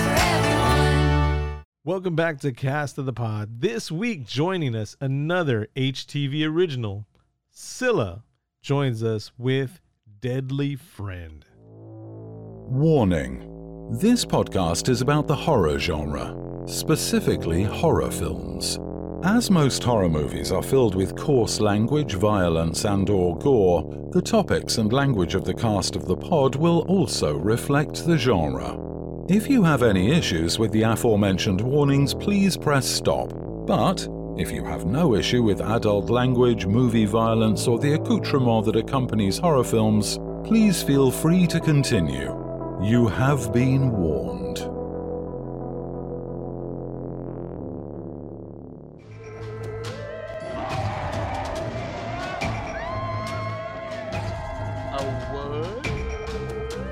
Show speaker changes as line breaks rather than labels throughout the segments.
for everyone.
Welcome back to Cast of the Pod. This week, joining us another HTV original, Scylla joins us with Deadly Friend.
Warning This podcast is about the horror genre, specifically horror films. As most horror movies are filled with coarse language, violence, and or gore, the topics and language of the cast of the pod will also reflect the genre. If you have any issues with the aforementioned warnings, please press stop. But if you have no issue with adult language, movie violence, or the accoutrement that accompanies horror films, please feel free to continue. You have been warned.
A what?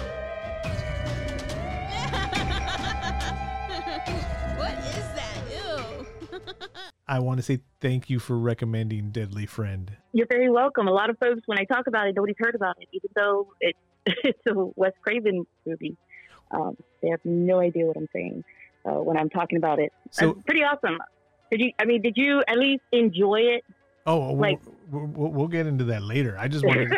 what is that? Ew.
I want to say thank you for recommending Deadly Friend.
You're very welcome. A lot of folks, when I talk about it, nobody's heard about it, even though it, it's a Wes Craven movie. Um, they have no idea what I'm saying uh, when I'm talking about it.
So-
It's pretty awesome. Did you? I mean, did you at least enjoy it?
Oh, we'll,
Like-
we'll, we'll- we'll get into that later. I just wanted.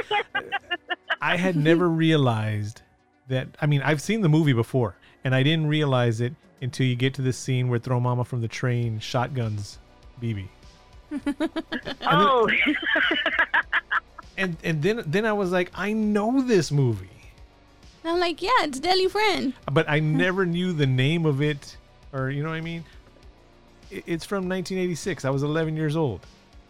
I had never realized that. I mean, I've seen the movie before, and I didn't realize it until you get to this scene where Throw Mama from the train shotguns BB.
oh,
and and then then I was like, I know this movie,
And I'm like, yeah, it's Deadly Friend.
but I never knew the name of it, or you know what I mean. It- It's from 1986. I was 11 years old.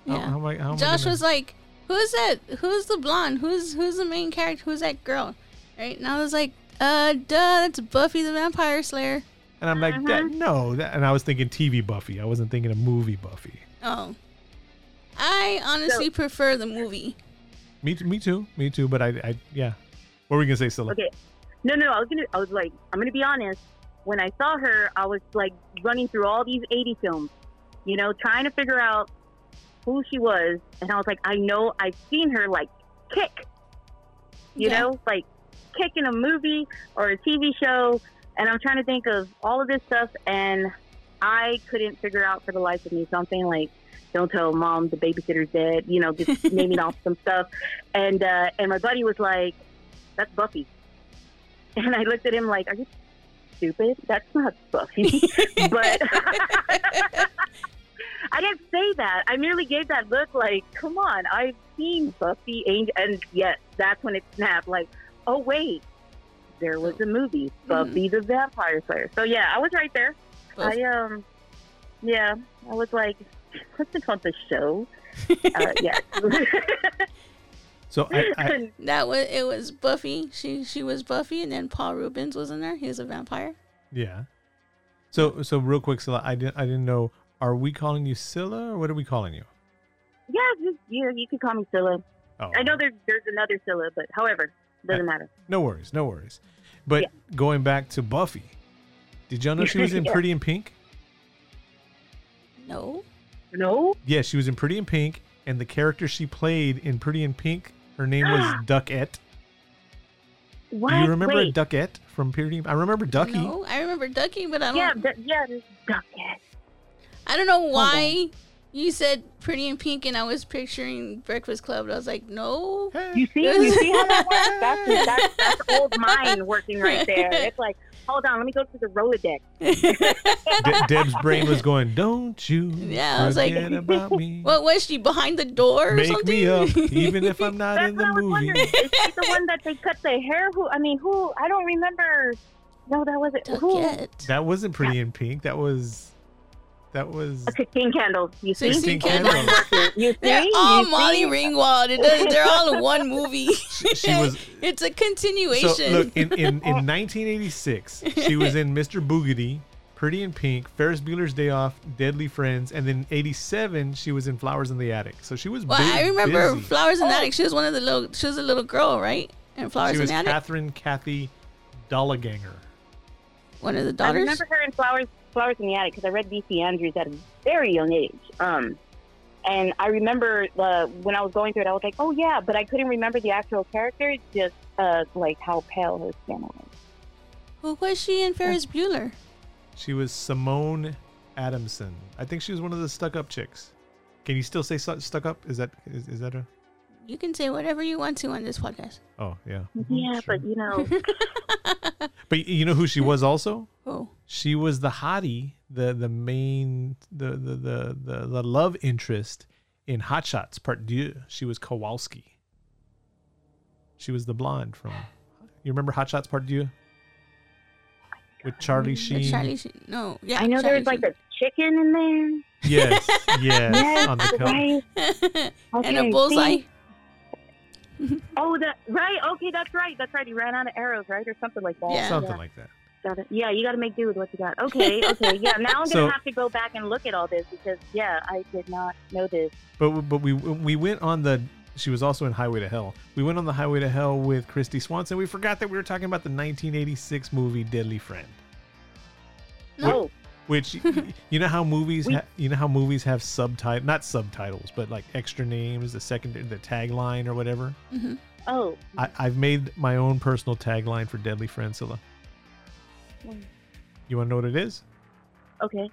How-
Yeah.
how am I- how am I
Josh
gonna-
was like, who's that? Who's the blonde? Who's who's the main character? Who's that girl? Right? And I was like, uh, duh, that's Buffy the Vampire Slayer.
and I'm like, that, no, that, and I was thinking TV Buffy. I wasn't thinking of movie Buffy.
Oh. I honestly prefer the movie.
Me, t- me too, me too. But I, I yeah. What were we gonna say, Scylla?
okay. No, no. I was gonna. I was like, I'm gonna be honest. When I saw her, I was like running through all these '80 films, you know, trying to figure out who she was, and I was like, I know I've seen her like kick, you
Yeah.
know, like kick in a movie or a TV show, and I'm trying to think of all of this stuff, and I couldn't figure out for the life of me something like. Don't tell mom the babysitter's dead, you know, just naming off some stuff. And uh, and my buddy was like, That's Buffy. And I looked at him like, Are you stupid? That's not Buffy. but I didn't say that. I merely gave that look like, Come on, I've seen Buffy Angel. And yes, that's when it snapped like, Oh, wait, there was a movie, Buffy the Vampire Slayer. So yeah, I was right there.
Buff-
I, um, yeah, I was like, What's it called? The show? uh, yeah.
So I, I,
That was it was Buffy. She she was Buffy, and then Paul Rubens was in there. He was a vampire.
yeah. So so real quick, Scylla, I didn't I didn't know. Are we calling you Scylla or what are we calling you?
yeah, just, you, you can call me Scylla.
Oh,
I know there's there's another Scylla, but however, doesn't matter.
No worries, no worries. But going back to Buffy, did y'all know she was in
Yeah.
Pretty in Pink?
No.
No,
Yeah, she was in Pretty in Pink, and the character she played in Pretty in Pink, her name was Duckette.
what?
Do you remember
Wait.
Duckette from Pretty? I remember Ducky.
No. I remember Ducky, but I don't.
yeah, du- yeah, there's Duckette.
I don't know why you said Pretty in Pink, and I was picturing Breakfast Club. But I was like, no.
Hey.
You see, you see how that works? That's, that's, that's old mind working right there. It's like, hold on, let me go to the Rolodex.
De- Deb's brain was going, "Don't you
Yeah, I was like,
forget about me?
What was she behind the door or
Make
something?
me up, even if I'm not
That's
in
what
the
I was
movie."
wondering. Is she the one that they cut the hair? Who? I mean, who? I don't remember. No, that wasn't who.
Duckette.
That wasn't Pretty in Pink. That was, that was.
Sixteen candles. You see?
16
Candles.
You see?
They're all
you
Molly
see?
Ringwald. It does, they're all in one movie.
she was-
it's a
So
continuation.
look, in, in, in 1986, she was in Mr. Boogedy, Pretty in Pink, Ferris Bueller's Day Off, Deadly Friends, and then '87 she was in Flowers in the Attic. So she was.
Well,
bu-
I remember
busy.
Flowers in the Attic. She was one of the little. She was a little girl, right? And Flowers
She
in
was
the Attic,
Catherine Kathy Dolliganger.
one of the
I
daughters.
remember her in Flowers Flowers in the Attic because I read B.C. Andrews at a very young age. Um, and I remember the when I was going through it, I was like, oh yeah, but I couldn't remember the actual character, just uh, like how pale her skin was.
Who was she in Ferris Bueller?
She was Simone Adamson. I think she was one of the stuck-up chicks. Can you still say su- stuck-up? Is that is, is that a?
You can say whatever you want to on this podcast.
Oh yeah.
Mm-hmm.
Yeah, but you know,
But you know who she was also?
Oh,
She was the hottie, the the main, the the the the, the love interest in Hot Shots Part Deux. She was Kowalski. She was the blonde from. You remember Hot Shots Part Deux? With Charlie Sheen.
but Charlie Sheen. No, yeah.
I know there was like a chicken in there.
Yes, yes, on the cover.
Right?
a and
Okay,
a bullseye.
see? Oh, that right. Okay, that's right. That's right. He ran out of arrows, right, or something like that.
Yeah.
something like that.
Got it. Yeah, you got to make do with what you got. Okay, okay. Yeah, now I'm
So-
gonna have to go back and look at all this because yeah, I did not know this.
But but we we went on the. She was also in Highway to Hell. We went on the Highway to Hell with Christy Swanson. We forgot that we were talking about the 1986 movie Deadly Friend.
No,
which you know how movies
We-
ha- you know how movies have subtitle not subtitles but like extra names the second the tagline or whatever
oh,
I- i've made my own personal tagline for deadly friendsilla you want to know what it is
okay.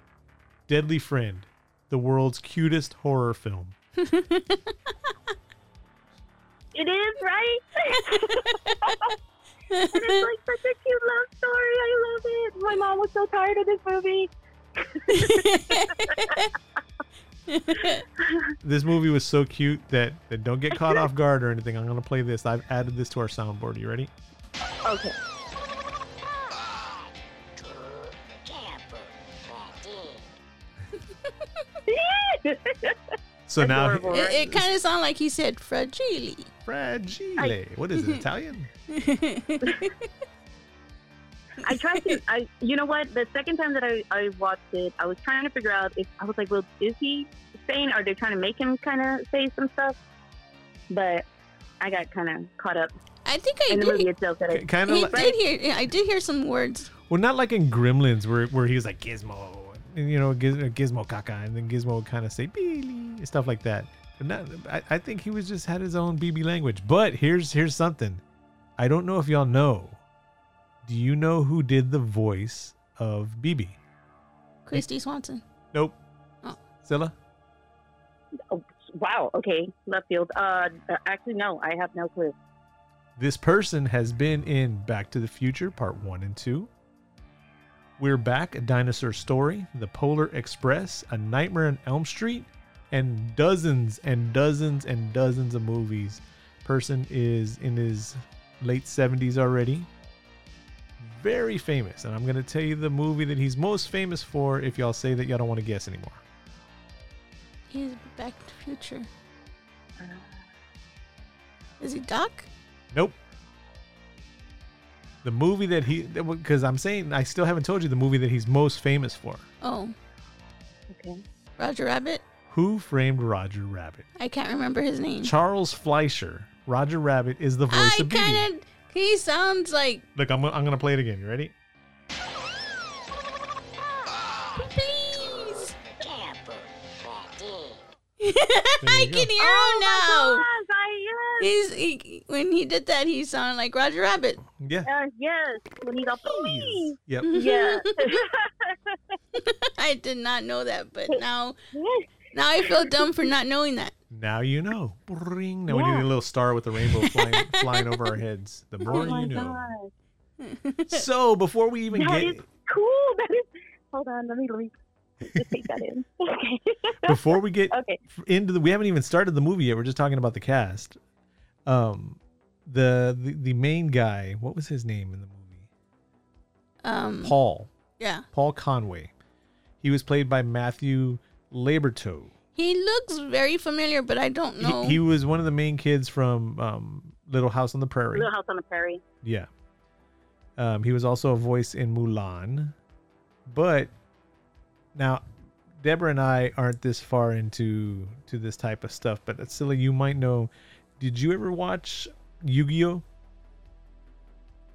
deadly friend the world's cutest horror film
It is right. it is like such a cute love story. I love it. My mom was so tired of this movie.
this movie was so cute that, that don't get caught off guard or anything i'm going to play this i've added this to our soundboard you ready
Okay.
so now
Adorable.
It, it kind of sounded like he said fragile.
fragile what is it italian
I tried to. I, you know what? The second time that I, I watched it, I was trying to figure out if I was like, well, is he saying? Are they trying to make him kind of say some stuff? But I got kind of caught up
I think I
in the
did.
movie
hear-
itself. That I,
kind of
He
like,
did hear. yeah, I did hear some words.
Well, not like in Gremlins where where he was like Gizmo, and, you know, Giz, uh, Gizmo caca, and then Gizmo would kind of say Billy and stuff like that. But not, I, I think he was just had his own BB language. But here's here's something, I don't know if y'all know. Do you know who did the voice of BB?
Christy Swanson.
Nope.
Oh.
Zilla.
oh, wow. Okay. Left field. Uh, actually, no. I have no clue.
This person has been in Back to the Future Part 1 and 2. We're Back, A Dinosaur Story, The Polar Express, A Nightmare on Elm Street, and dozens and dozens and dozens of movies. Person is in his late 70s already. Very famous, and I'm going to tell you the movie that he's most famous for if y'all say that y'all don't want to guess anymore.
He's Back to the Future. Is he Doc?
Nope. The movie that he, because I'm saying I still haven't told you the movie that he's most famous for.
Oh,
Okay.
Roger Rabbit.
Who framed Roger Rabbit?
I can't remember his name.
Charles Fleischer. Roger Rabbit is the voice
I
of BB.
kind of. He sounds like
Look, I'm, gonna- I'm gonna play it again. You ready?
please.
There
I
you go.
can hear him now.
Oh my gosh!
He's he, when he did that, he sounded like Roger Rabbit.
Yeah.
I yes. Uh, yes. When he got please.
Yep.
Yeah.
I did not know that, but now now I feel dumb for not knowing that.
Now you know. Boring. Now we
Yeah.
need a little star with a rainbow flying, flying over our heads. The
oh
more
my
you know.
gosh.
So before we even
That
get
is cool. That is. Hold on. Let me let me just take that in. Okay.
before we get
okay.
into the we haven't even started the movie yet. We're just talking about the cast. Um, the the, the main guy. What was his name in the movie?
Um,
Paul.
yeah,
Paul Conway. He was played by Matthew Laberto.
he looks very familiar, but I don't know.
He, he was one of the main kids from um, Little House on the Prairie.
Little House on the Prairie.
Yeah. Um, he was also a voice in Mulan, but Now, Deborah and I aren't this far into to this type of stuff, but Scylla, you might know. Did you ever watch Yu-Gi-Oh?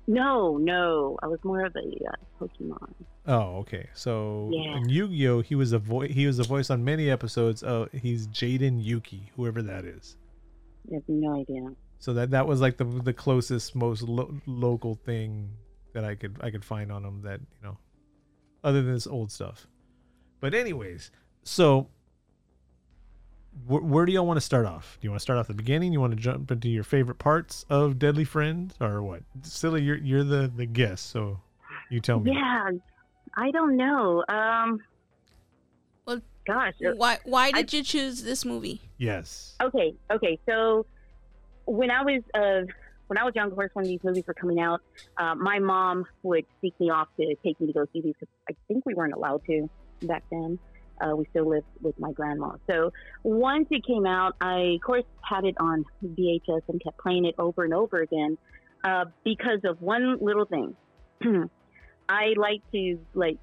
No, no, I was more of a uh, Pokemon.
Oh, okay. So
Yeah.
in Yu-Gi-Oh, he was a voice. He was a voice on many episodes. Of he's Jaden Yuki, whoever that is.
I have no idea.
So that that was like the the closest, most lo- local thing that I could I could find on him. That you know, other than this old stuff. But anyways, so wh- where do y'all want to start off? Do you want to start off the beginning? You want to jump into your favorite parts of Deadly Friend or what? Silly, you're you're the the guest, so you tell me.
Yeah, I don't know. Um,
Well,
gosh, uh,
Why why
I-
did you choose this movie?
Yes.
Okay, okay. So when I was uh, when I was young, of course, when these movies were coming out, uh, my mom would seek me off to take me to go see these. 'cause I think we weren't allowed to back then. Uh, we still lived with my grandma. So once it came out, I of course had it on VHS and kept playing it over and over again uh, because of one little thing. I like to like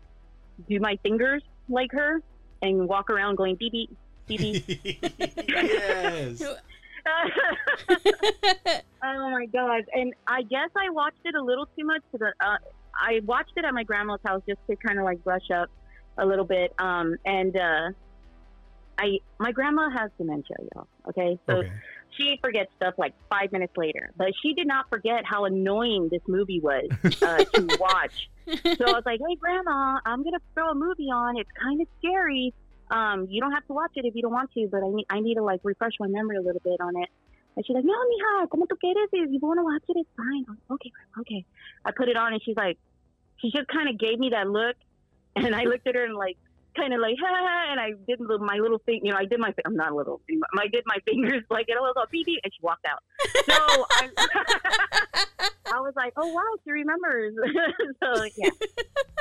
do my fingers like her and walk around going beep beep beep beep
yes.
oh my god! And I guess I watched it a little too much. To the, uh, I watched it at my grandma's house just to kind of like brush up a little bit. Um, and uh, I my grandma has dementia, y'all. Okay, so
Okay.
she forgets stuff like five minutes later. But she did not forget how annoying this movie was uh, to watch. So I was like, "Hey, Grandma, I'm gonna throw a movie on. It's kind of scary. Um, you don't have to watch it if you don't want to, but I need I need to like refresh my memory a little bit on it." And she's like, "No, mija, como tú quieres? If you want to watch it, it's fine." I'm like, okay, Grandma, okay. I put it on, and she's like, she just kind of gave me that look, and I looked at her and like. Kind of like, ha, ha, ha, and I did the- my little thing, you know, I did my, I'm not little, I did my fingers like, and I was all beep, beep, and she walked out. So I, I was like, oh wow, she remembers. so yeah,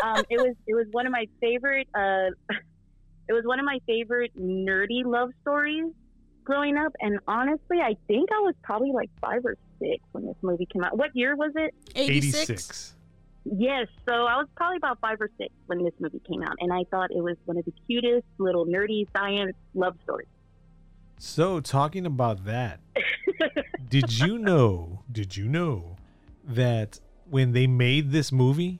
um, it was it was one of my favorite. Uh, it was one of my favorite nerdy love stories growing up, and honestly, I think I was probably like five or six when this movie came out. What year was it?
86.
Yes, so I was probably about five or six when this movie came out, and I thought it was one of the cutest little nerdy science love stories.
So, talking about that, did you know? Did you know that when they made this movie,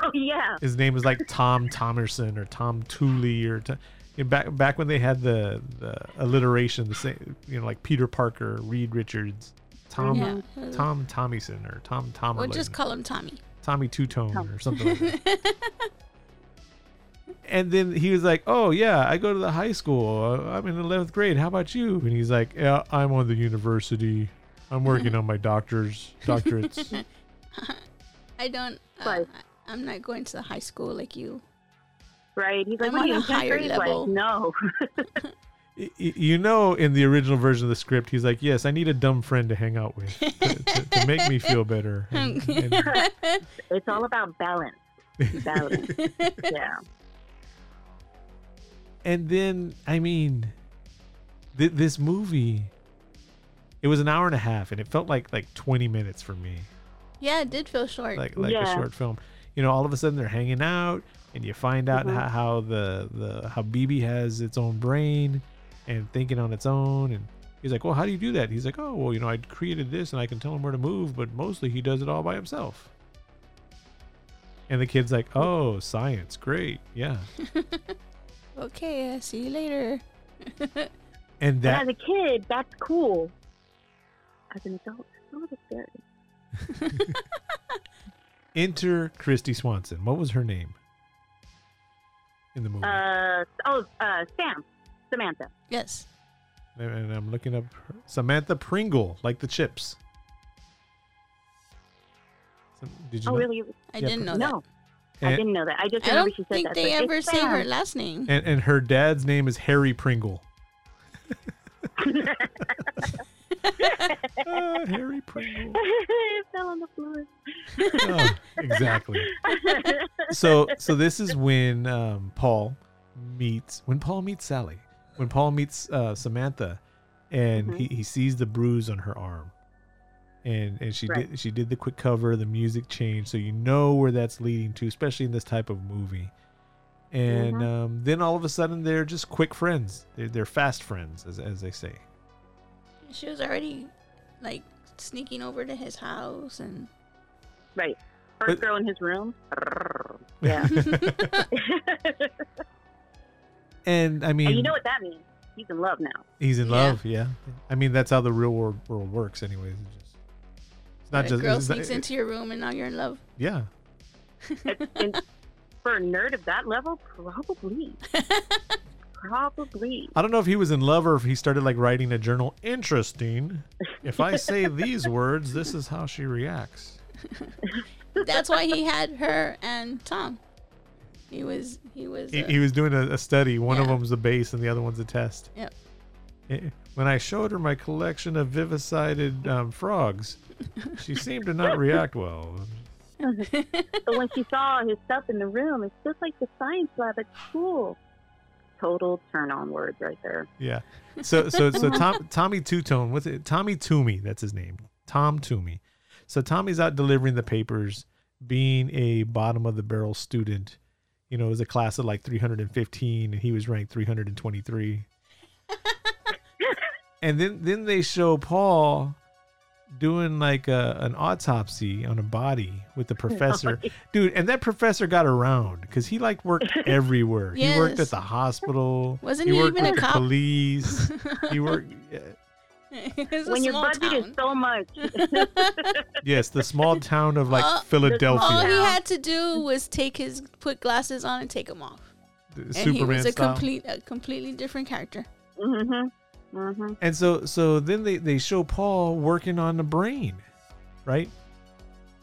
Oh yeah.
his name was like Tom Thomerson or Tom Tooley or Tom, you know, back back when they had the, the alliteration, the same you know like Peter Parker, Reed Richards, Tom
Yeah.
um, Tom Tommyson or Tom Tomerlin,
We'll just call him Tommy.
Tommy Two Tone or something like that. And then he was like, "Oh yeah, I go to the high school. Uh, I'm in eleventh grade. How about you?" And he's like, "Yeah, I'm on the university. I'm working on my doctor's doctorates."
I don't. Uh,
Right.
I- I'm not going to the high school like you.
Right. He's like,
I'm
what are
on
you
a
in tenth
higher
grade?" He's like,
level.
no.
y- y- you know in the original version of the script he's like yes i need a dumb friend to hang out with to, to, to make me feel better and, and-
it's all about balance. Balance. yeah.
and then i mean th- this movie it was an hour and a half and it felt like like 20 minutes for me
Yeah, it did feel short.
like like a
Yeah.
short film you know all of a sudden they're hanging out and you find out
Mm-hmm.
how, how the the how bb has its own brain and thinking on its own and he's like well how do you do that he's like oh well you know i created this and i can tell him where to move but mostly he does it all by himself and the kid's like
Mm.
oh science great yeah
okay, uh, see you later.
and that
But as a kid, that's cool. As an adult, it's a little scary.
enter christy swanson what was her name in the movie
Uh oh, uh Sam, Samantha.
Yes.
and, and i'm looking up her, samantha pringle like the chips Some- did you
Oh
know?
really?
I
Yeah,
didn't know that.
No, I
And-
didn't know that. I just
I
remember
don't
she said
think
that.
they
but it's
ever say
Sam.
her last name.
and, and her dad's name is Harry Pringle. Ah, Harry Pringle.
it fell on the floor.
Oh, exactly. So so this is when um, Paul meets when Paul meets Sally. When Paul meets uh, Samantha and
Mm-hmm.
he, he sees the bruise on her arm. And and she
Right.
did she did the quick cover, the music changed, so you know where that's leading to, especially in this type of movie. And
Mm-hmm.
um, then all of a sudden they're just quick friends. They're, they're fast friends, as, as they say.
She was already like sneaking over to his house and
Right. First
But-
girl in his room. Yeah.
And I mean,
and you know what that means. He's in love now.
He's in
Yeah.
love, yeah. I mean, that's how the real world, world works, anyways. It's, just, it's not
a
just
girl
it's not-
sneaks into your room and now you're in love.
Yeah,
And for a nerd of that level, probably. probably.
I don't know if he was in love or if he started like writing a journal. Interesting. If I say these words, this is how she reacts.
That's why he had her and Tom. He was he was
He,
uh,
he was doing a, a study. One of
Yeah.
them's a base, and the other one's a test.
Yep.
Eh, When I showed her my collection of vivicided um, frogs, she seemed to not react well.
But when she saw his stuff in the room, it's just like the science lab at school. Total turn on words right there.
Yeah. So so so Tom Tommy Two Tone. What's it? Tommy Toomey. That's his name. Tom Toomey. So Tommy's out delivering the papers, being a bottom of the barrel student. You know, it was a class of like 315, and he was ranked 323. and then then they show Paul doing like a, an autopsy on a body with the professor, dude. And that professor got around because he like worked everywhere. He worked at
Yes.
the hospital.
Wasn't he
worked
even
with
a
the
cop?
Police. he worked.
it's a
when your
small
budget is
town.
so much,
Yes, the small town of like
Oh, All he
Philadelphia,
had to do was take his put glasses on and take them off,
the
and he
Superman
was a
style.
complete a completely different character.
mm-hmm, mm-hmm.
and so, so then they they show Paul working on the brain, right?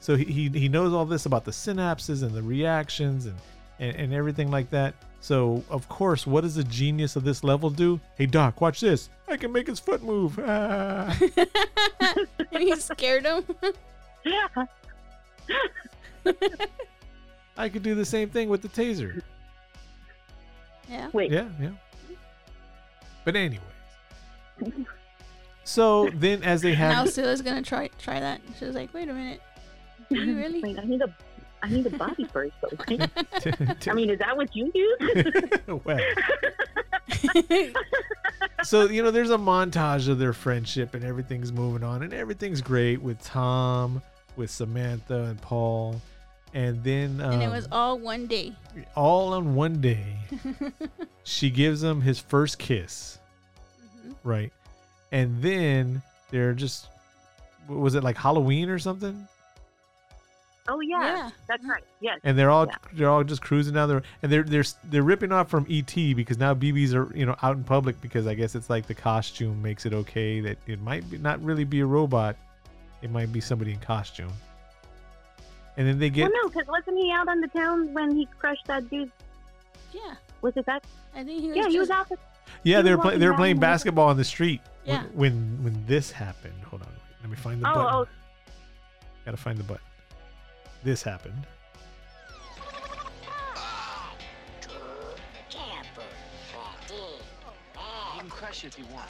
So he he, he knows all this about the synapses and the reactions and, and and everything like that. So of course, what does a genius of this level do? Hey Doc, watch this. I can make his foot move. Ah.
And he scared him.
yeah,
I could do the same thing with the taser.
yeah.
wait,
Yeah, yeah. But anyways, so then as they have
Now Scylla's gonna try try that. She was like, "Wait a minute, you really?"
wait, I need a, I need a body first. Though, right? I mean, is that what you use?
well. so you know, there's a montage of their friendship, and everything's moving on, and everything's great with Tom, with Samantha, and Paul, and then um,
and it was all one day.
all on one day. she gives him his first kiss,
Mm-hmm.
right? And then they're just what was it like Halloween or something?
oh yeah,
Yeah.
that's right. Yes,
and they're all
Yeah.
they're all just cruising down there, and they're they're they're ripping off from ET because now BBs are you know out in public because I guess it's like the costume makes it okay that it might be, not really be a robot, it might be somebody in costume. And then they get
well, no, because wasn't he out on the town when he crushed that dude?
Yeah,
Was it that?
I think he was.
Yeah,
just,
he was out. With,
yeah
he
they
was
were play,
walking
they were
down
playing
the-
basketball on the street
Yeah.
when, when when this happened. Hold on, wait, let me find the
Oh,
button.
oh.
Gotta find the button. This happened.
You can crush it if you want.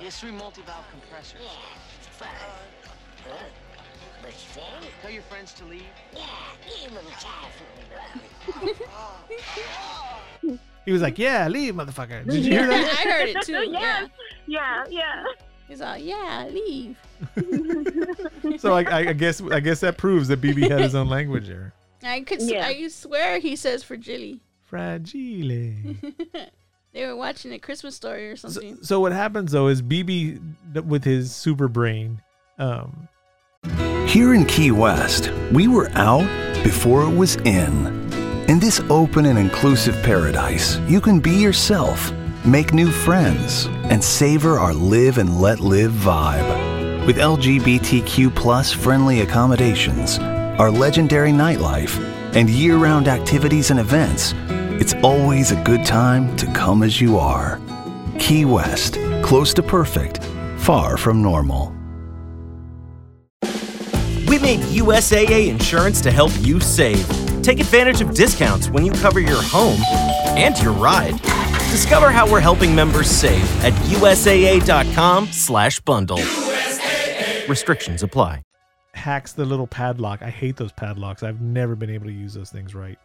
Yes, three multi-valve compressors. Tell your friends to leave.
He was like, "Yeah, leave, motherfucker." Did you hear
I
that?
heard it too. Yeah,
Yes. Yeah, yeah.
he's all, "Yeah, leave."
So I, I, I guess I guess that proves that BB had his own language error.
I could. s
Yeah.
I I swear he says fragile.
Fragile.
They were watching a Christmas story or
so,
something.
so what happens though is BB th- with his super brain, um,
Here in Key West, we were out before it was in. In this open and inclusive paradise, you can be yourself, make new friends, and savor our live and let live vibe. With LGBTQ plus friendly accommodations, our legendary nightlife, and year round activities and events, it's always a good time to come as you are. Key West, close to perfect, far from normal.
We made USAA insurance to help you save. Take advantage of discounts when you cover your home and your ride. Discover how we're helping members save at usaa.com/bundle. Restrictions apply.
hacks the little padlock. I hate those padlocks. I've never been able to use those things right.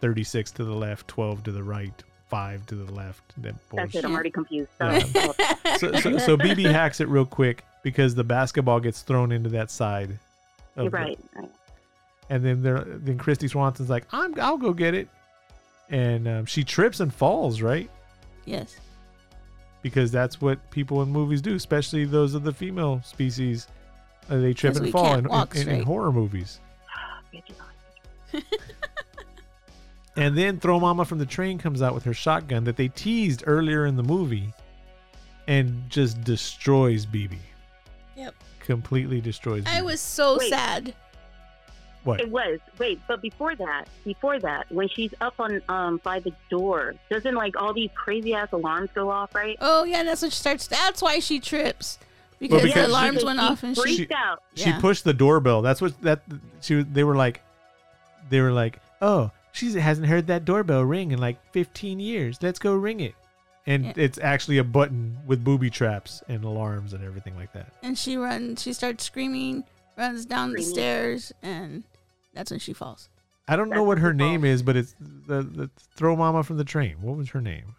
Thirty-six to the left, twelve to the right, five to the left. That
That's
bullshit.
it. I'm already confused. So.
Yeah. So, so, so BB hacks it real quick because the basketball gets thrown into that side. of
You're
the-
right. right.
and then there, then Christy Swanson's like, "I'm, I'll go get it," and um, she trips and falls. Right.
yes.
because that's what people in movies do, especially those of the female species. Uh, they trip
'Cause
and
we
fall
can't
in, in-
walk
in- in
straight.
horror movies. And then Throw Mama from the Train comes out with her shotgun that they teased earlier in the movie and just destroys BB.
Yep.
Completely destroys
I
BB.
was so
Wait.
sad.
What?
It was. Wait, but before that, before that, when she's up on um by the door, doesn't like all these crazy ass alarms go off, right?
Oh yeah, that's when she starts. That's why she trips because,
because
the
she-
alarms went off and she.
freaked out.
She
Yeah.
pushed the doorbell. That's what that she they were like they were like, "Oh, she hasn't heard that doorbell ring in like 15 years. Let's go ring it." And
Yeah.
it's actually a button with booby traps and alarms and everything like that.
and she runs. She starts screaming, runs down the
Screaming.
stairs, and that's when she falls.
I don't know what her name is, but it's the, the throw mama from the train. What was her name?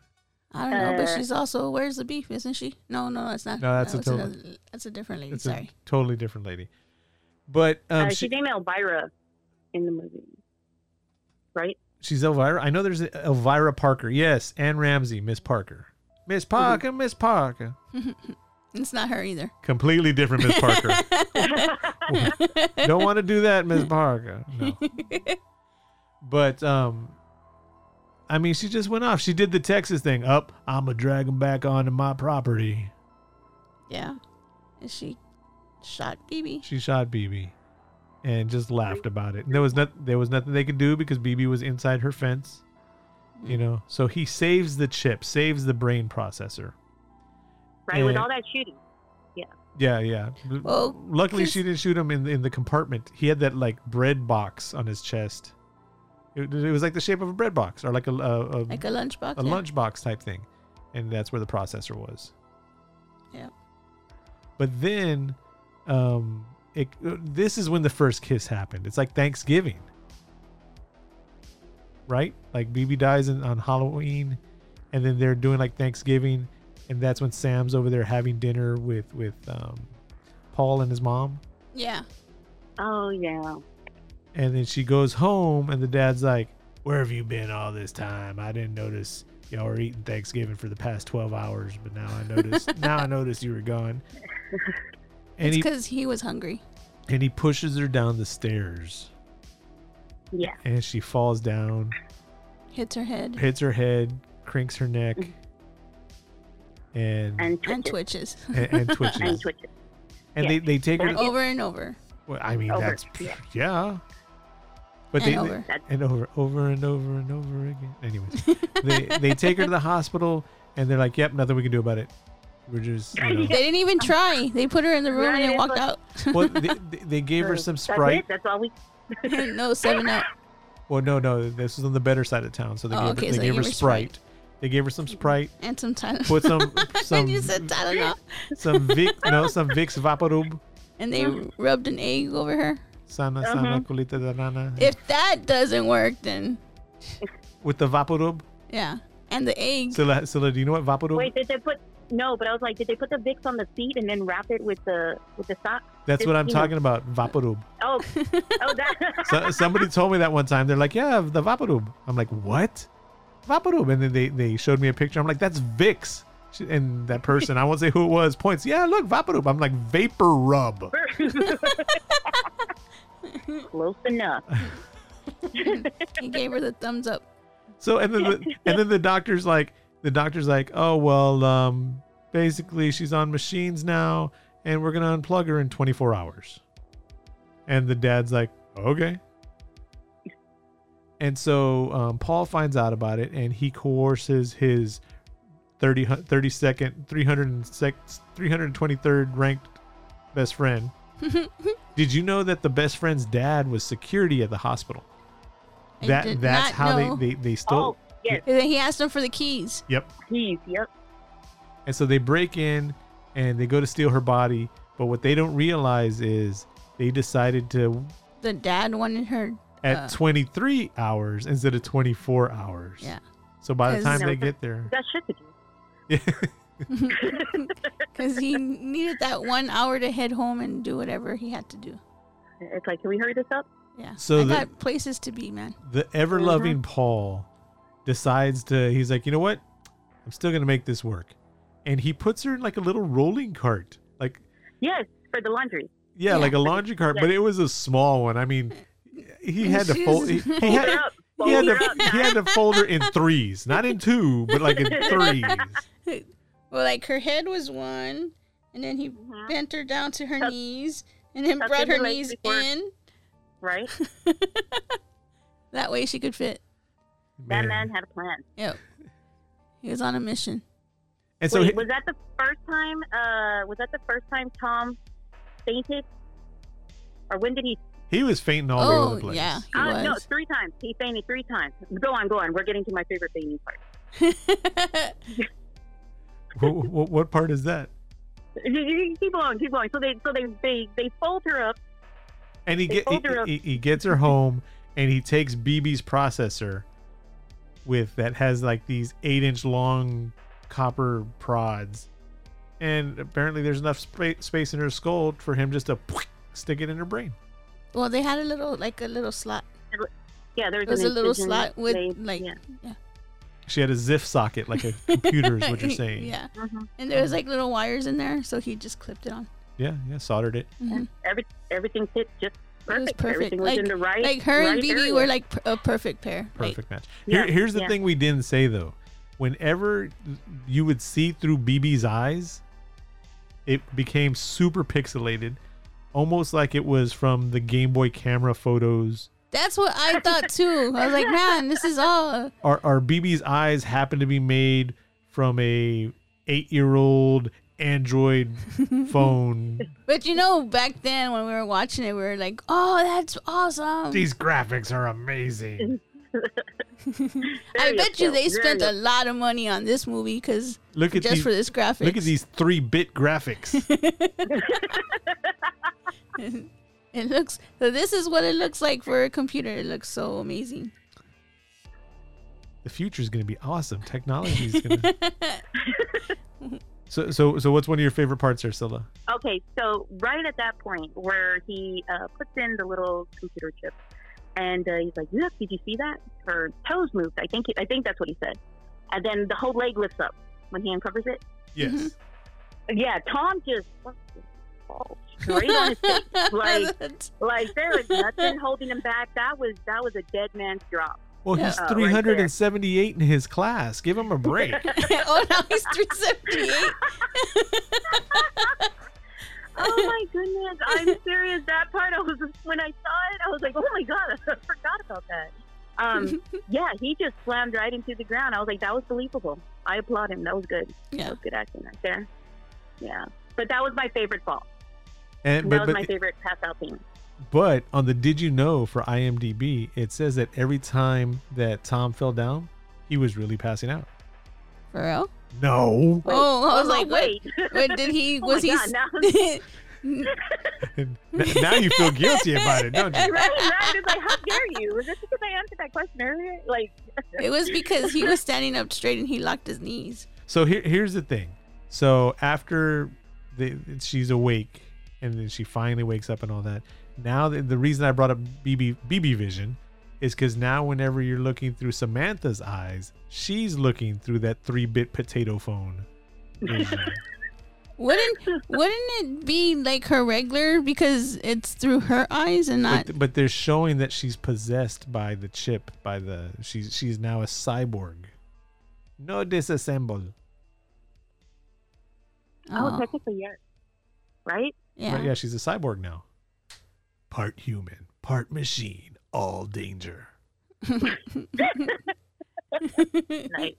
I don't know, but
Uh,
she's also where's the beef, isn't she? No, no, that's not.
No, that's a
that's,
total-
another- that's a different lady.
It's
Sorry.
a totally different lady. But um,
uh,
she,
she's named Elvira in the movie, right?
she's Elvira. I know there's a Elvira Parker. Yes, Anne Ramsey, Miss Parker. Miss Parker, Miss Parker.
It's not her either.
Completely different Miss Parker. don't want to do that, Miss Parker. No. But um I mean she just went off. She did the Texas thing. Up, I'ma drag him back onto my property.
Yeah, and she shot BB.
She shot BB and just laughed about it. And there was not there was nothing they could do because BB was inside her fence. You know. So he saves the chip, saves the brain processor.
Right, with
Yeah.
all that shooting.
Yeah, yeah.
Well,
Luckily,
'cause-
she didn't shoot him in in the compartment. He had that like bread box on his chest. It, it was like the shape of a bread box, or like a a, a,
like a lunchbox.
a
yeah.
lunchbox type thing, and that's where the processor was.
Yeah.
But then, um, it this is when the first kiss happened. It's like Thanksgiving, right? Like BB dies in, on Halloween, and then they're doing like Thanksgiving, and that's when Sam's over there having dinner with with um, Paul and his mom,
Yeah.
Oh yeah.
and then she goes home, and the dad's like, "Where have you been all this time? I didn't notice." Y'all were eating Thanksgiving for the past twelve hours, but now I notice. now I notice you were gone. And
It's
he
because he was hungry.
and he pushes her down the stairs
Yeah.
and she falls down
Hits her head
hits her head cranks her neck and and,
And twitches.
and twitches
and, twitches
And
and,
twitches.
they, they take her
over and over.
well, i mean
Over,
that's yeah,
yeah.
but
And
they,
over.
they and over over and over and over again anyways they they take her to the hospital and they're like yep nothing we can do about it we're just you know
They didn't even try. They put her in the room
Right,
and then
it's
walked
like-
out.
well they, they- they gave her
So
some
that's
sprite
it, That's all we.
no seven up.
well no no this was on the better side of town so they
Oh,
gave,
okay,
her, they
so
gave her sprite. they gave her some sprite
and some Tylenol.
put some some
you said Tylenol,
some Vic, no, some Vicks Vaporub.
and they
Mm.
rubbed an egg over her.
Sana,
Uh-huh.
sana, colita de rana.
If that doesn't work, then
With the Vaporub.
yeah. And the egg.
Scylla, Scylla, do you know what Vaporub?
Wait, did they put? No, but I was like, did they put the Vicks on the seat and then wrap it with the with the sock?
That's what I'm
you know-
talking about, Vaporub.
Oh, oh, that.
So, somebody told me that one time. They're like, yeah, the Vaporub. I'm like, what? Vaporub. And then they, they showed me a picture. I'm like, that's Vicks. She- And that person, I won't say who it was, points, yeah, look, Vaporub. I'm like, Vapor Rub.
Close enough.
He gave her the thumbs up.
So and then the, and then the doctor's like the doctor's like, "Oh well, um basically she's on machines now and we're going to unplug her in 24 hours." And the dad's like, "Okay." And so um, Paul finds out about it and he coerces his 30 hu- 32nd 300 323rd ranked best friend. Did you know that the best friend's dad was security at the hospital?
I
that
did
that's
not
how
know.
they, they they stole
Oh, yes,
And then he asked him for the keys.
Yep.
please. Yep.
And so they break in and they go to steal her body, but what they don't realize is they decided to
The dad wanted her.
at
uh,
23 hours instead of 24 hours.
yeah,
So by the
'Cause-
time they
No.
get there,
That should be.
because he needed that one hour to head home and do whatever he had to do.
It's like, can we hurry this up?
Yeah.
So
So I
the-
got places to be, man.
the ever loving
Mm-hmm.
Paul decides to, he's like, you know what? I'm still going to make this work. And he puts her in like a little rolling cart. Like,
Yes, for the laundry.
yeah,
Yeah.
like a laundry cart, but it was a small one. I mean, he had to
She
fold.
was-
He, he
Fold
had,
it up.
he had
Fold it up.
to he had to fold her in threes, not in two, but like in threes.
Well, like her head was one, and then he
Mm-hmm.
bent her down to her knees, and then
tucked
brought
in
her
her legs
knees
before-
in.
Right.
That way she could fit.
That man had a plan.
Yep. He was on a mission.
And so
Wait,
he-
was that the first time? Uh, was that the first time Tom fainted? Or when did he?
he, was fainting all over
oh,
the place.
yeah, he
Uh,
was.
no, three times. He fainted three times. Go on, go on. We're getting to my favorite fainting part.
What, what, what part is that?
keep on, keep on. So they, so they, they, they fold her up,
and he,
They
get, he,
told her a-
he, he gets her home and he takes bb's processor with that has like these eight inch long copper prods and apparently there's enough spa- space in her skull for him just to stick it in her brain
Well, they had a little like a little slot.
Yeah, there's
It was
an
a little
incision
slot with
made,
like
yeah.
yeah.
she had a zif socket like a computer is what you're saying
yeah.
Mhm.
And there was like little wires in there, so he just clipped it on.
yeah yeah soldered it
Mhm.
Every, everything fit just
It was
perfect.
perfect.
Everything was
like,
in the right.
like her and
right
BB
area.
were like per- a perfect pair. Like,
perfect match.
Yeah,
Here, here's the
yeah.
thing we didn't say though. Whenever you would see through BB's eyes, it became super pixelated, almost like it was from the Game Boy camera photos.
that's what I thought too. I was like, man, this is all.
Our, our BB's eyes happen to be made from a eight-year-old Android phone.
But you know, back then when we were watching it, we were like, oh, that's awesome.
These graphics are amazing.
I
Very
bet you
upset,
they spent
very
a lot of money on this movie because
Look at
just
these,
for this graphics.
look at these three-bit graphics.
It looks so. This is what it looks like for a computer. It looks so amazing.
the future is going to be awesome. Technology is going to. so, so, so, what's one of your favorite parts, there, Scylla?
Okay, so right at that point where he uh, puts in the little computer chip, and uh, he's like, "Look, did you see that? Her toes moved. I think I think that's what he said." And then the whole leg lifts up when he uncovers it. Mm-hmm.
Yes.
Yeah, Tom just falls straight on his face. Like,
That's-
like there was nothing holding him back. That was that was a dead man's drop.
Well, he's
Yeah. Uh, right
378 in his class. Give him a break.
oh, now he's 378.
Oh my goodness! I'm serious. That part, I was when I saw it, I was like, "Oh my god, I forgot about that." Um, yeah, he just slammed right into the ground. I was like, "That was believable." I applaud him. That was good. That
Yeah.
was good acting right there. Yeah, but that was my favorite fall.
And
that
but
was my
but,
favorite pass out thing.
but on the did you know for IMDb, it says that every time that Tom fell down, he was really passing out.
For real?
No.
Oh, I was
no,
like, wait.
wait.
Wait, did he?
Oh
was
my
he?
God, now-
s-
N- now you feel guilty about it, don't you?
right, right. It's like, how dare you? Is this because I answered that question earlier? Like,
it was because he was standing up straight and he locked his knees.
So here, here's the thing. So after the, she's awake, and then she finally wakes up and all that. Now the, the reason I brought up BB BB Vision is because now whenever you're looking through Samantha's eyes, she's looking through that three-bit potato phone. vision.
Wouldn't Wouldn't it be like her regular because it's through her eyes and not?
but, but they're showing that she's possessed by the chip. By the she's she's now a cyborg. No disassemble.
oh,
Oh,
technically yes, right?
yeah.
Right, yeah, she's a cyborg now. Part human, part machine, all danger.
Nice.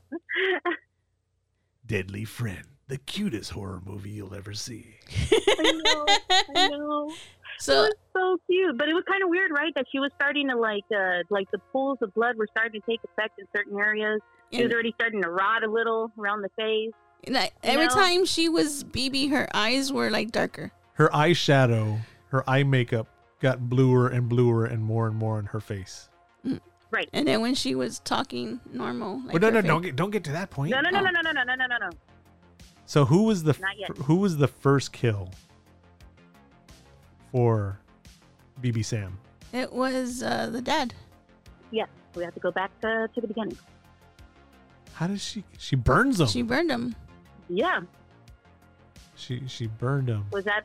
Deadly Friend, the cutest horror movie you'll ever see.
I know. I know.
So
so cute. But it was kind of weird, right? That she was starting to like, uh, like the pools of blood were starting to take effect in certain areas. She was
and-
already starting to rot a little around the face.
and I- every
know?
time she was BB, her eyes were like darker.
Her eyeshadow, her eye makeup got bluer and bluer and more and more in her face.
Right.
And then when she was talking normal, like
But no,
her
no,
face-
don't get don't get to that point.
No, no, no, no, no, no, no, no, no, no, no.
So who was the f-
Not yet.
who was the first kill for BB Sam?
It was uh, the dad.
Yeah, we have to go back to, to the beginning.
How does she she burns him?
She
She
burned him.
Yeah,
she, burned him.
was that?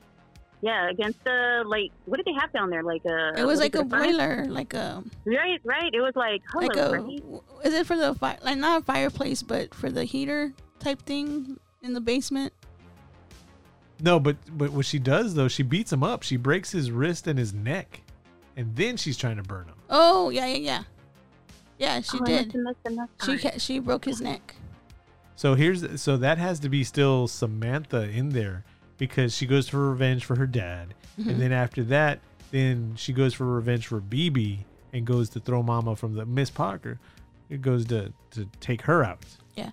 Yeah, against the like, what did they have down there? Like uh, a.
It was like a
furnace?
boiler, like um, a
Right, right. It was like hello,
like a.
right?
Is it for the fi- like not a fireplace, but for the heater type thing in the basement?
No, but but what she does though, she beats him up. She breaks his wrist and his neck, and then she's trying to burn him.
Oh yeah yeah yeah, yeah she
Oh, I must
did.
have missed enough
She
time.
ca- she broke his neck.
So here's so that has to be still Samantha in there because she goes for revenge for her dad, and then after that, then she goes for revenge for BB and goes to throw Mama from the Miss Parker. It goes to to take her out,
Yeah.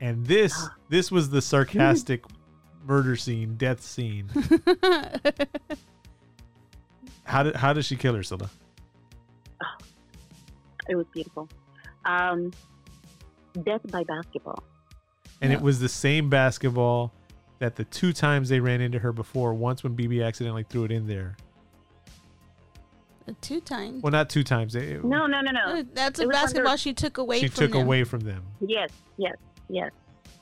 and this this was the sarcastic murder scene, death scene. How did how does she kill her, Scylla?
It was beautiful. Um, death by basketball.
And it was the same basketball that the two times they ran into her before. Once when BB accidentally threw it in there.
Two times.
Well, not two times. It,
No, no, no, no.
Uh, That's a
It was
basketball
under-
she took away
she
from
took
them.
away from them.
Yes, yes, yes.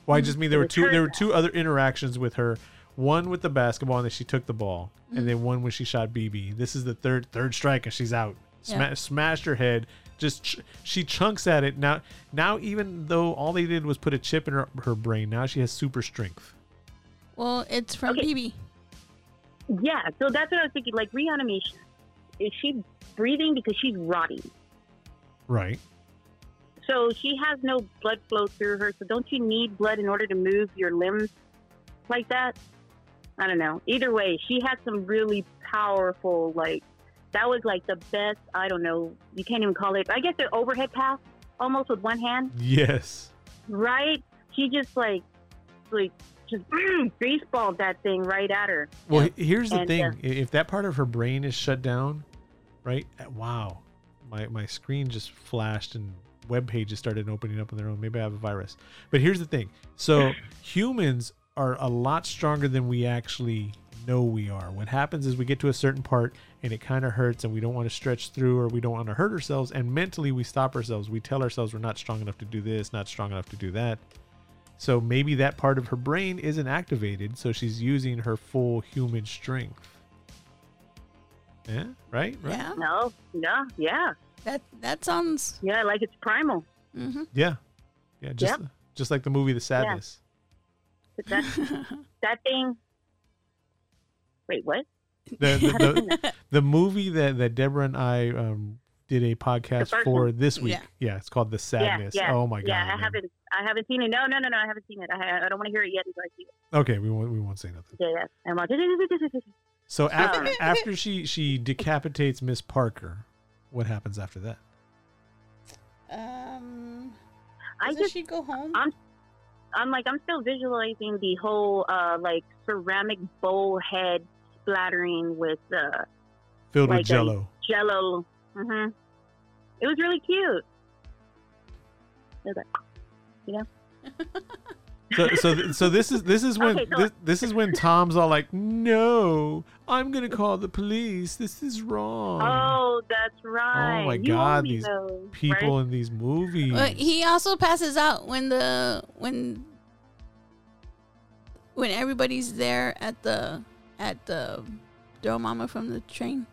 Well, I
Mm.
just mean there
It
were
was
two.
her
There were two other interactions with her. One with the basketball, and then she took the ball, and
Mm.
then one when she shot BB. This is the third third strike, and she's out. Sma-
Yeah.
Smashed her head. Just ch- she chunks at it now. Now even though all they did was put a chip in her, her brain, now she has super strength.
Well, it's from
Okay.
BB.
Yeah, so that's what I was thinking. Like reanimation. Is she breathing because she's rotting?
Right.
So she has no blood flow through her. So don't you need blood in order to move your limbs like that? I don't know. Either way, she had some really powerful, like, that was like the best. I don't know. You can't even call it. I guess an overhead pass almost with one hand,
Yes.
right? She just like, like, just greaseballed that thing right at her.
Well, he- here's the
And,
thing:
uh,
I- if that part of her brain is shut down, right? uh, Wow, my my screen just flashed and web pages started opening up on their own. Maybe I have a virus. But here's the thing: so humans are a lot stronger than we actually know we are. What happens is we get to a certain part and it kind of hurts, and we don't want to stretch through, or we don't want to hurt ourselves, and mentally we stop ourselves. We tell ourselves we're not strong enough to do this, not strong enough to do that. So maybe that part of her brain isn't activated, so she's using her full human strength. Yeah, right? Right.
Yeah.
No, no, yeah,
That that sounds.
yeah, like it's primal.
hmm
Yeah. Yeah, just
Yep.
just like the movie The Sadness.
But that, that thing. Wait, what?
The, the, the, the movie that, that Deborah and I um, did a podcast
first
for
one.
this week.
Yeah.
Yeah. it's called The Sadness. oh my god.
Yeah,
man.
I haven't, I haven't seen it. No, no, no, no, I haven't seen it. I, I don't want to hear it yet until I see it.
Okay, we won't we won't say nothing.
Yeah, yeah. I'm all, she
So after
Um.
after she she decapitates Miss Parker, what happens after that?
Um.
I
doesn't
just-
she go home?
I'm- I'm like, I'm still visualizing the whole uh, like ceramic bowl head splattering with uh,
Filled
like
with
a
jello.
Jello. hmm It was really cute. It was like,
So, so, th- so this is this is when
Okay, so-
this, this is when Tom's all like, "No, I'm gonna call the police. This is wrong."
oh, that's right.
my
You owe
God,
me
these
those,
People
Oh, right?
in these movies.
But he also passes out when the when when everybody's there at the at the throw mama from the train,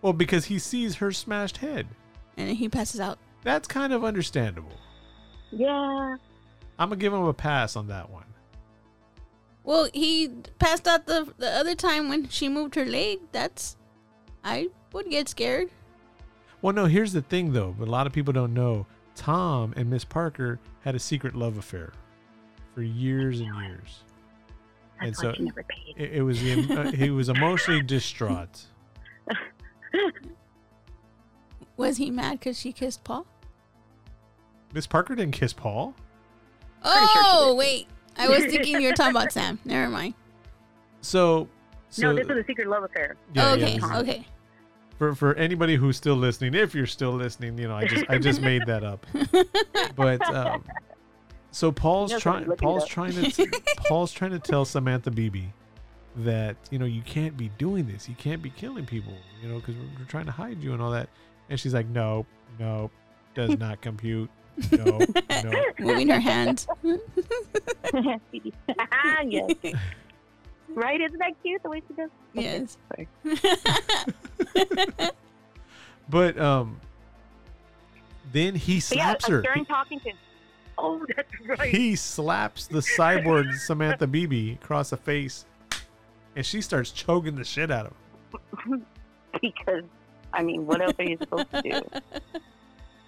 well, because he sees her smashed head.
and he passes out.
That's kind of understandable.
Yeah.
I'm gonna give him a pass on that one.
Well, he passed out the the other time when she moved her leg. That's I would get scared.
Well, no, here's the thing though. But a lot of people don't know. Tom and Miss Parker had a secret love affair for years and years, and
That's
so
why she never paid.
it, it was the, uh, he was emotionally distraught.
Was he mad because she kissed Paul?
Miss Parker didn't kiss Paul.
Oh wait, I was thinking you were talking about Sam. Never mind.
So, so
no, this was a secret love affair.
Yeah,
Oh, okay,
yeah, this is-
okay.
for for anybody who's still listening, if you're still listening, you know, I just I just made that up. But um, so Paul's
No,
trying
somebody looked it
Paul's
up.
trying to t- Paul's trying to tell Samantha Beebe that you know you can't be doing this, you can't be killing people, you know, because we're, we're trying to hide you and all that. And she's like, no, no, does not compute. No, no.
Moving her hand.
yes. Right? Isn't that cute the way she does?
Yes.
Sorry.
But um, then he
But yeah,
slaps
I'm
her.
during talking to. Oh, that's right.
he slaps the cyborg Samantha Beebe across the face, and she starts choking the shit out of him.
because I mean, what else are you supposed to do?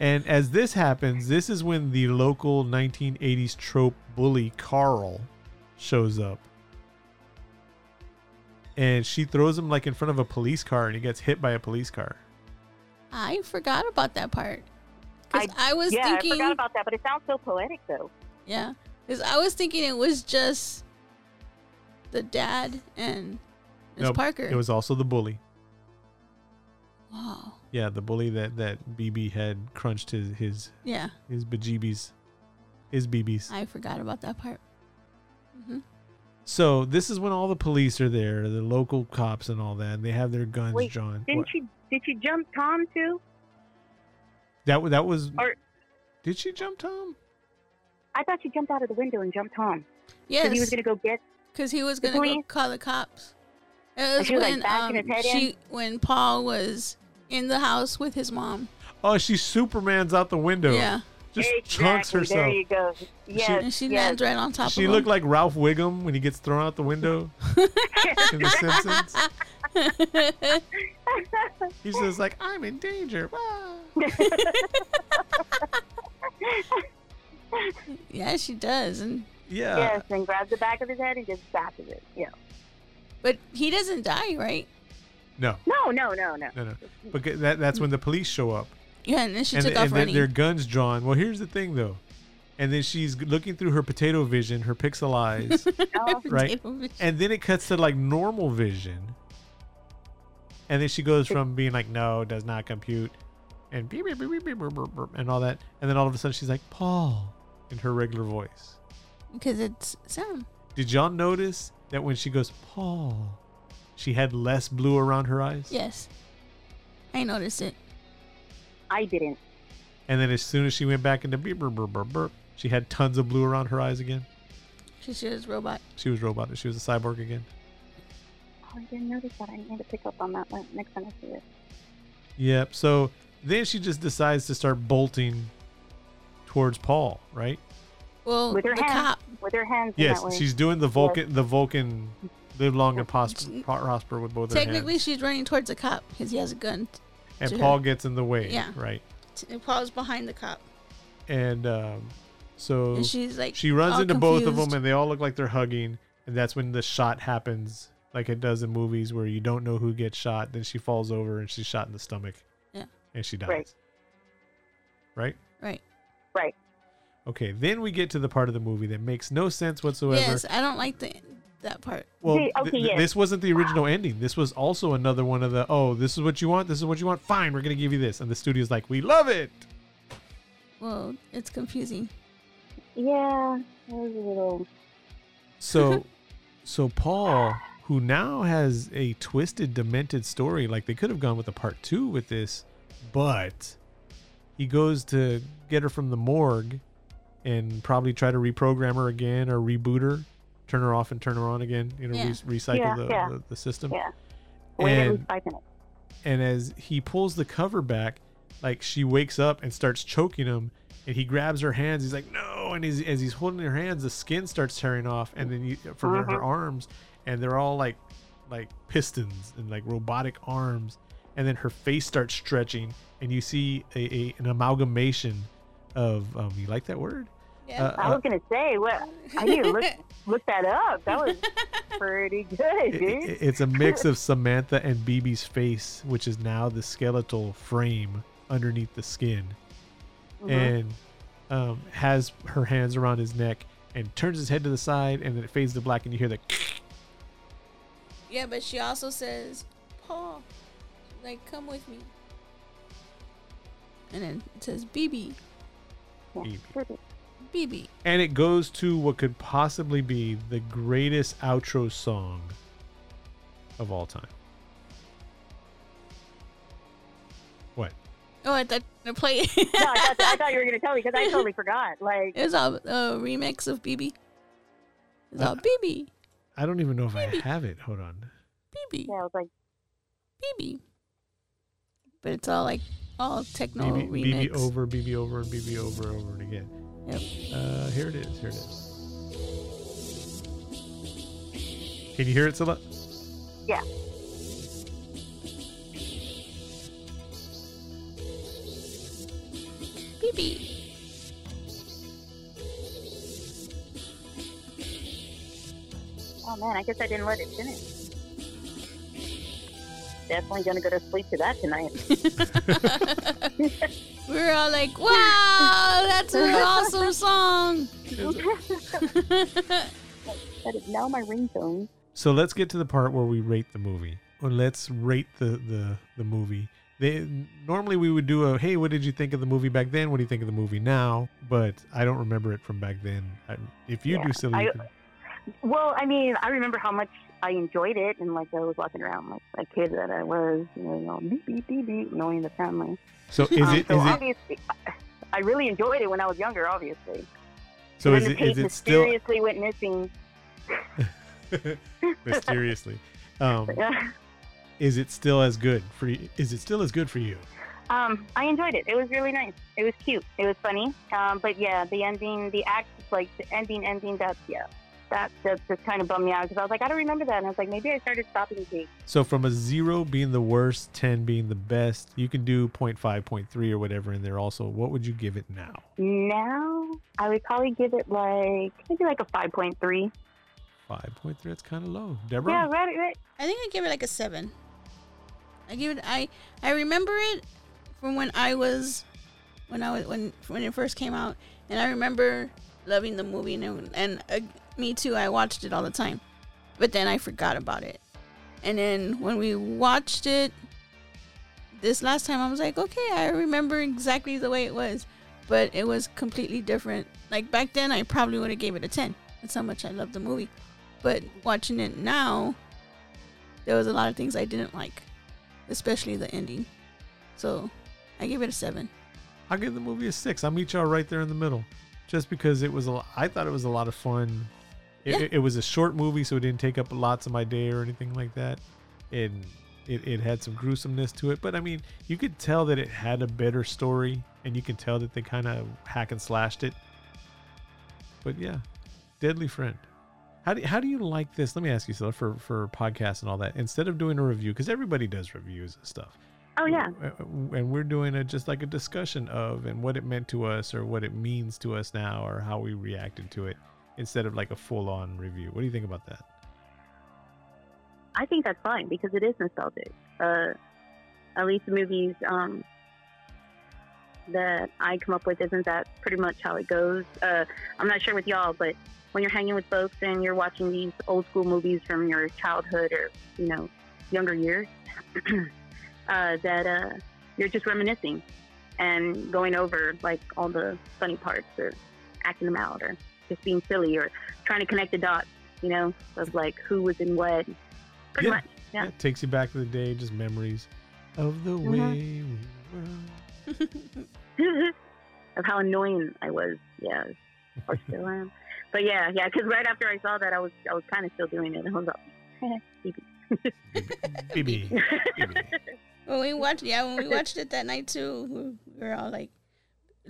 And as this happens, this is when the local 1980s trope bully Carl shows up. And she throws him like in front of a police car, and he gets hit by a police car.
I forgot about that part. 'Cause I was
yeah, I
thinking-
forgot about that, but it sounds so poetic, though.
Yeah, because I was thinking it was just the dad and Miss
Nope,
Parker.
It was also the bully.
Wow.
Yeah, the bully that that BB had crunched his his
Yeah.
his bejeebies, his BBs.
I forgot about that part. hmm
So this is when all the police are there, the local cops and all that. And they have their guns
Wait,
drawn.
didn't
What?
she? Did she jump Tom too?
That wa- that was.
Or
Did she jump Tom?
I thought she jumped out of the window and jumped Tom. 'Cause
Yes.
he was gonna go get.
Because he was
The
going to go
police?
call the cops. It
And
was
she was, like,
when
backing
um,
his head in?
she when Paul was in the house with his mom.
Oh, she Superman's out the window.
Yeah.
Just chunks
Exactly, There
herself.
you go. Yes,
And she
yes.
lands right on top
She
of
looked
him.
like Ralph Wiggum when he gets thrown out the window in The Simpsons. He's just like, I'm in danger. Ah.
yeah, she does. And
Yeah.
yes, and grabs the back of his head and just bashes it. Yeah.
But he doesn't die, right?
No,
No, no, no, no.
no, no. But that, that's when the police show up.
Yeah, and then she
and
took
the-
off
and then
running.
their guns drawn. Well, here's the thing, though. And then she's g- looking through her potato vision, her pixel eyes,
Oh,
right? And then it cuts to like normal vision. And then she goes from being like, no, does not compute, and beep, beep, beep, beep, beep, beep, beep, beep, and all that. And then all of a sudden she's like, Paul, in her regular voice.
Because it's Sam.
Did y'all notice that when she goes, Paul, she had less blue around her eyes?
Yes. I noticed it.
I didn't.
And then as soon as she went back into beep, beep, beep, beep, beep, she had tons of blue around her eyes again.
She she was robot.
She was robot. She was a cyborg again.
Oh, I didn't notice that. I need to pick up on that one next time I see it.
Yep. So then she just decides to start bolting towards Paul, right?
Well,
With her
Oh, the
hands.
cop.
With her hands. in
yes,
that way.
she's doing the Vulcan, the Vulcan, live long and prosper, prosper with both her hands.
Technically, she's running towards the cop because he has a gun.
and
to her.
Paul gets in the way,
Yeah.
right?
T- and Paul's behind the cop.
And um, so
And she's like,
she runs
all
into both of them,
confused.
and they all look like they're hugging. And that's when the shot happens, like it does in movies where you don't know who gets shot. Then she falls over and she's shot in the stomach,
Yeah.
and she dies.
Right.
right?
Right.
right.
Okay, then we get to the part of the movie that makes no sense whatsoever.
Yes, I don't like the, that part.
Well,
Okay,
th-
okay,
th-
yes.
this wasn't the original ending. This was also another one of the oh, this is what you want. This is what you want. Fine, we're gonna give you this, and the studio's like, we love it.
Well, it's confusing.
Yeah. It was a little.
So, so Paul, who now has a twisted, demented story, like they could have gone with a part two with this, but he goes to get her from the morgue and probably try to reprogram her again or reboot her, turn her off and turn her on again, you know,
Yeah.
re- recycle
Yeah,
the,
yeah.
the the system.
Yeah. Wait at
And-
least five minutes.
and as he pulls the cover back, like she wakes up and starts choking him, and he grabs her hands. He's like, "No!" And he's, as he's holding her hands, the skin starts tearing off, and then you, from her- her
Mhm.
arms, and they're all like, like pistons and like robotic arms, and then her face starts stretching, and you see a, a an amalgamation of um, you like that word?
Yeah.
Uh,
I
uh,
was gonna say, what? I need to look look that up. That was pretty good,
It-
dude.
it- it's a mix of Samantha and BB's face, which is now the skeletal frame underneath the skin, and um, has her hands around his neck and turns his head to the side, and then it fades to black, and you hear the
Yeah, but she also says, Paul, like, come with me. And then it says, BB, BB.
and it goes to what could possibly be the greatest outro song of all time. What?
Oh, I thought you were gonna play it.
no, I thought, I thought you were gonna tell me because I totally forgot. Like,
It was all a remix of BB. It's all
Uh,
BB,
I don't even know if I have it. Hold on.
BB,
yeah, I was like,
BB. But it's all like all techno
BB,
Oh, remix.
BB over, BB over, and BB over and over and again.
Yep.
Uh, here it is. Here it is. Can you hear it, Silla?
yeah,
BB.
oh man, I guess I didn't let it finish. Definitely gonna go to sleep to that tonight.
We were all like, wow, that's an awesome song.
That is now my ringtone.
So let's get to the part where we rate the movie, or let's rate the the the movie. They normally we would do a hey, what did you think of the movie back then? What do you think of the movie now? But I don't remember it from back then. I, if you do silly, you
I-
can-
Well, I mean, I remember how much I enjoyed it, and like I was walking around like a kid that I was, you know, beep beep beep beep, knowing the family.
so is
Um,
it
so
is it
obviously, I really enjoyed it when I was younger. Obviously,
so
When
is
the
it is
tape
it still
mysteriously went missing?
mysteriously? Um, is it still as good for you? Is it still as good for you?
um, I enjoyed it. It was really nice. It was cute. It was funny. Um, but yeah, the ending, the act, like the ending, ending. That's yeah, that that just kind of bummed me out because I was like, I don't remember that, and I was like, maybe I started stopping things.
So from a zero being the worst, ten being the best, you can do 0.5, 0.3 or whatever in there also. What would you give it now?
Now I would probably give it like maybe like a five point three.
Five point three. That's kind of low, Deborah.
Yeah, right, right.
I think I gave it like a seven. I give it. I I remember it from when I was when I was when when it first came out, and I remember loving the movie and and uh, me too. I watched it all the time, but then I forgot about it, and then when we watched it this last time, I was like, okay, I remember exactly the way it was, but it was completely different. Like back then, I probably would have gave it a ten. That's how much I loved the movie, but watching it now there was a lot of things I didn't like, especially the ending. So I give it a seven.
I'll give the movie a six. I'll meet y'all right there in the middle, just because it was a. lo- I thought it was a lot of fun. It,
Yeah.
it, was a short movie, so it didn't take up lots of my day or anything like that, and it, it had some gruesomeness to it. But I mean, you could tell that it had a better story, and you can tell that they kind of hack and slashed it. But yeah, Deadly Friend. How do, how do you like this? Let me ask you, Stella, for for podcasts and all that. Instead of doing a review, because everybody does reviews and stuff
Oh yeah.
uh, and we're doing a just like a discussion of and what it meant to us or what it means to us now or how we reacted to it instead of like a full-on review what do you think about that
I think that's fine because it is nostalgic. Uh, at least the movies um, that I come up with isn't that pretty much how it goes. Uh, I'm not sure with y'all, but when you're hanging with folks and you're watching these old school movies from your childhood or you know younger years, uh, that uh, you're just reminiscing and going over like all the funny parts or acting them out or just being silly or trying to connect the dots. You know, of like who was in what, pretty
Yeah.
much. Yeah.
it takes you back to the day just memories of the
Mhm.
way we were
of how annoying I was. Yeah, or still am. But yeah, yeah, because right after I saw that, I was I was kind of still doing it. I was like,
bb bb
When we watched, yeah, when we watched it that night too, we were all like,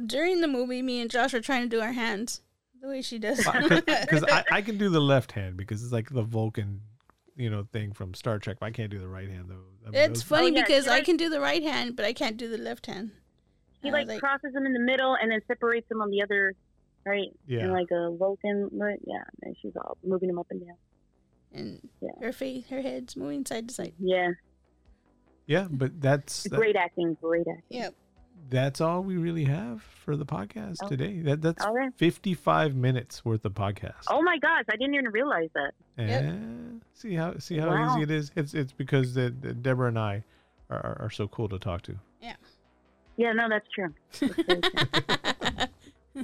during the movie, me and Josh were trying to do our hands the way she does.
because I, I can do the left hand because it's like the vulcan you know thing from star trek but i can't do the right hand though I mean,
it's
those-
funny
Oh, yeah,
because
you
I
know-
can do the right hand, but I can't do the left hand.
he
Uh,
like,
like-
crosses them in the middle and then separates them on the other, right?
Yeah.
And like a Vulcan, right? yeah. And she's all moving them up and down.
And
Yeah.
her face, her head's moving side to side.
Yeah,
yeah but that's that-
great acting, great acting.
Yep.
that's all we really have for the podcast
Oh.
today that that's
All right.
55 minutes worth of podcast
Oh my gosh, I didn't even realize that.
Yep.
Yeah. See how see how
Wow.
easy it is. It's it's because the, the Deborah and I are, are, are so cool to talk to.
Yeah.
Yeah, no, that's true. That's, very true.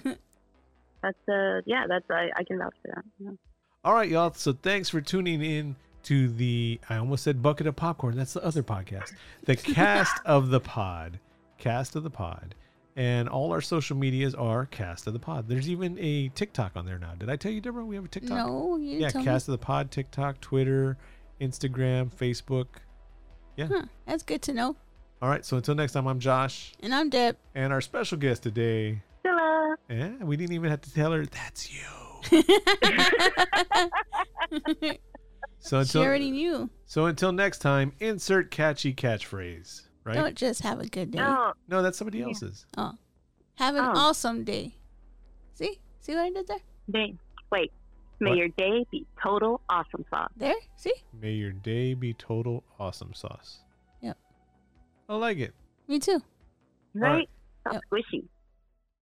That's, uh, yeah, that's I, I can vouch for that. Yeah.
All right, y'all. So thanks for tuning in to the I almost said bucket of popcorn. That's the other podcast. The cast of the pod. Cast of the pod. And all our social medias are cast of the pod. There's even a TikTok on there now. Did I tell you, Deborah, we have a TikTok?
No, you didn't
Yeah,
tell
cast of the pod, TikTok, Twitter, Instagram, Facebook. Yeah.
me. Huh, that's good to know.
All right. So until next time, I'm Josh.
And I'm Deb.
And our special guest today,
Hello.
yeah, we didn't even have to tell her that's you. So
she
until
already knew.
so until next time, insert catchy catchphrase, right?
Don't just have a good day.
No.
no, that's somebody else's.
Oh, have an
Oh.
awesome day. See, see what I did there?
Day. Wait. May
What?
your day be total awesome sauce.
There, see?
May your day be total awesome sauce.
Yep.
I like it.
Me too.
All right.
Right? That's squishy.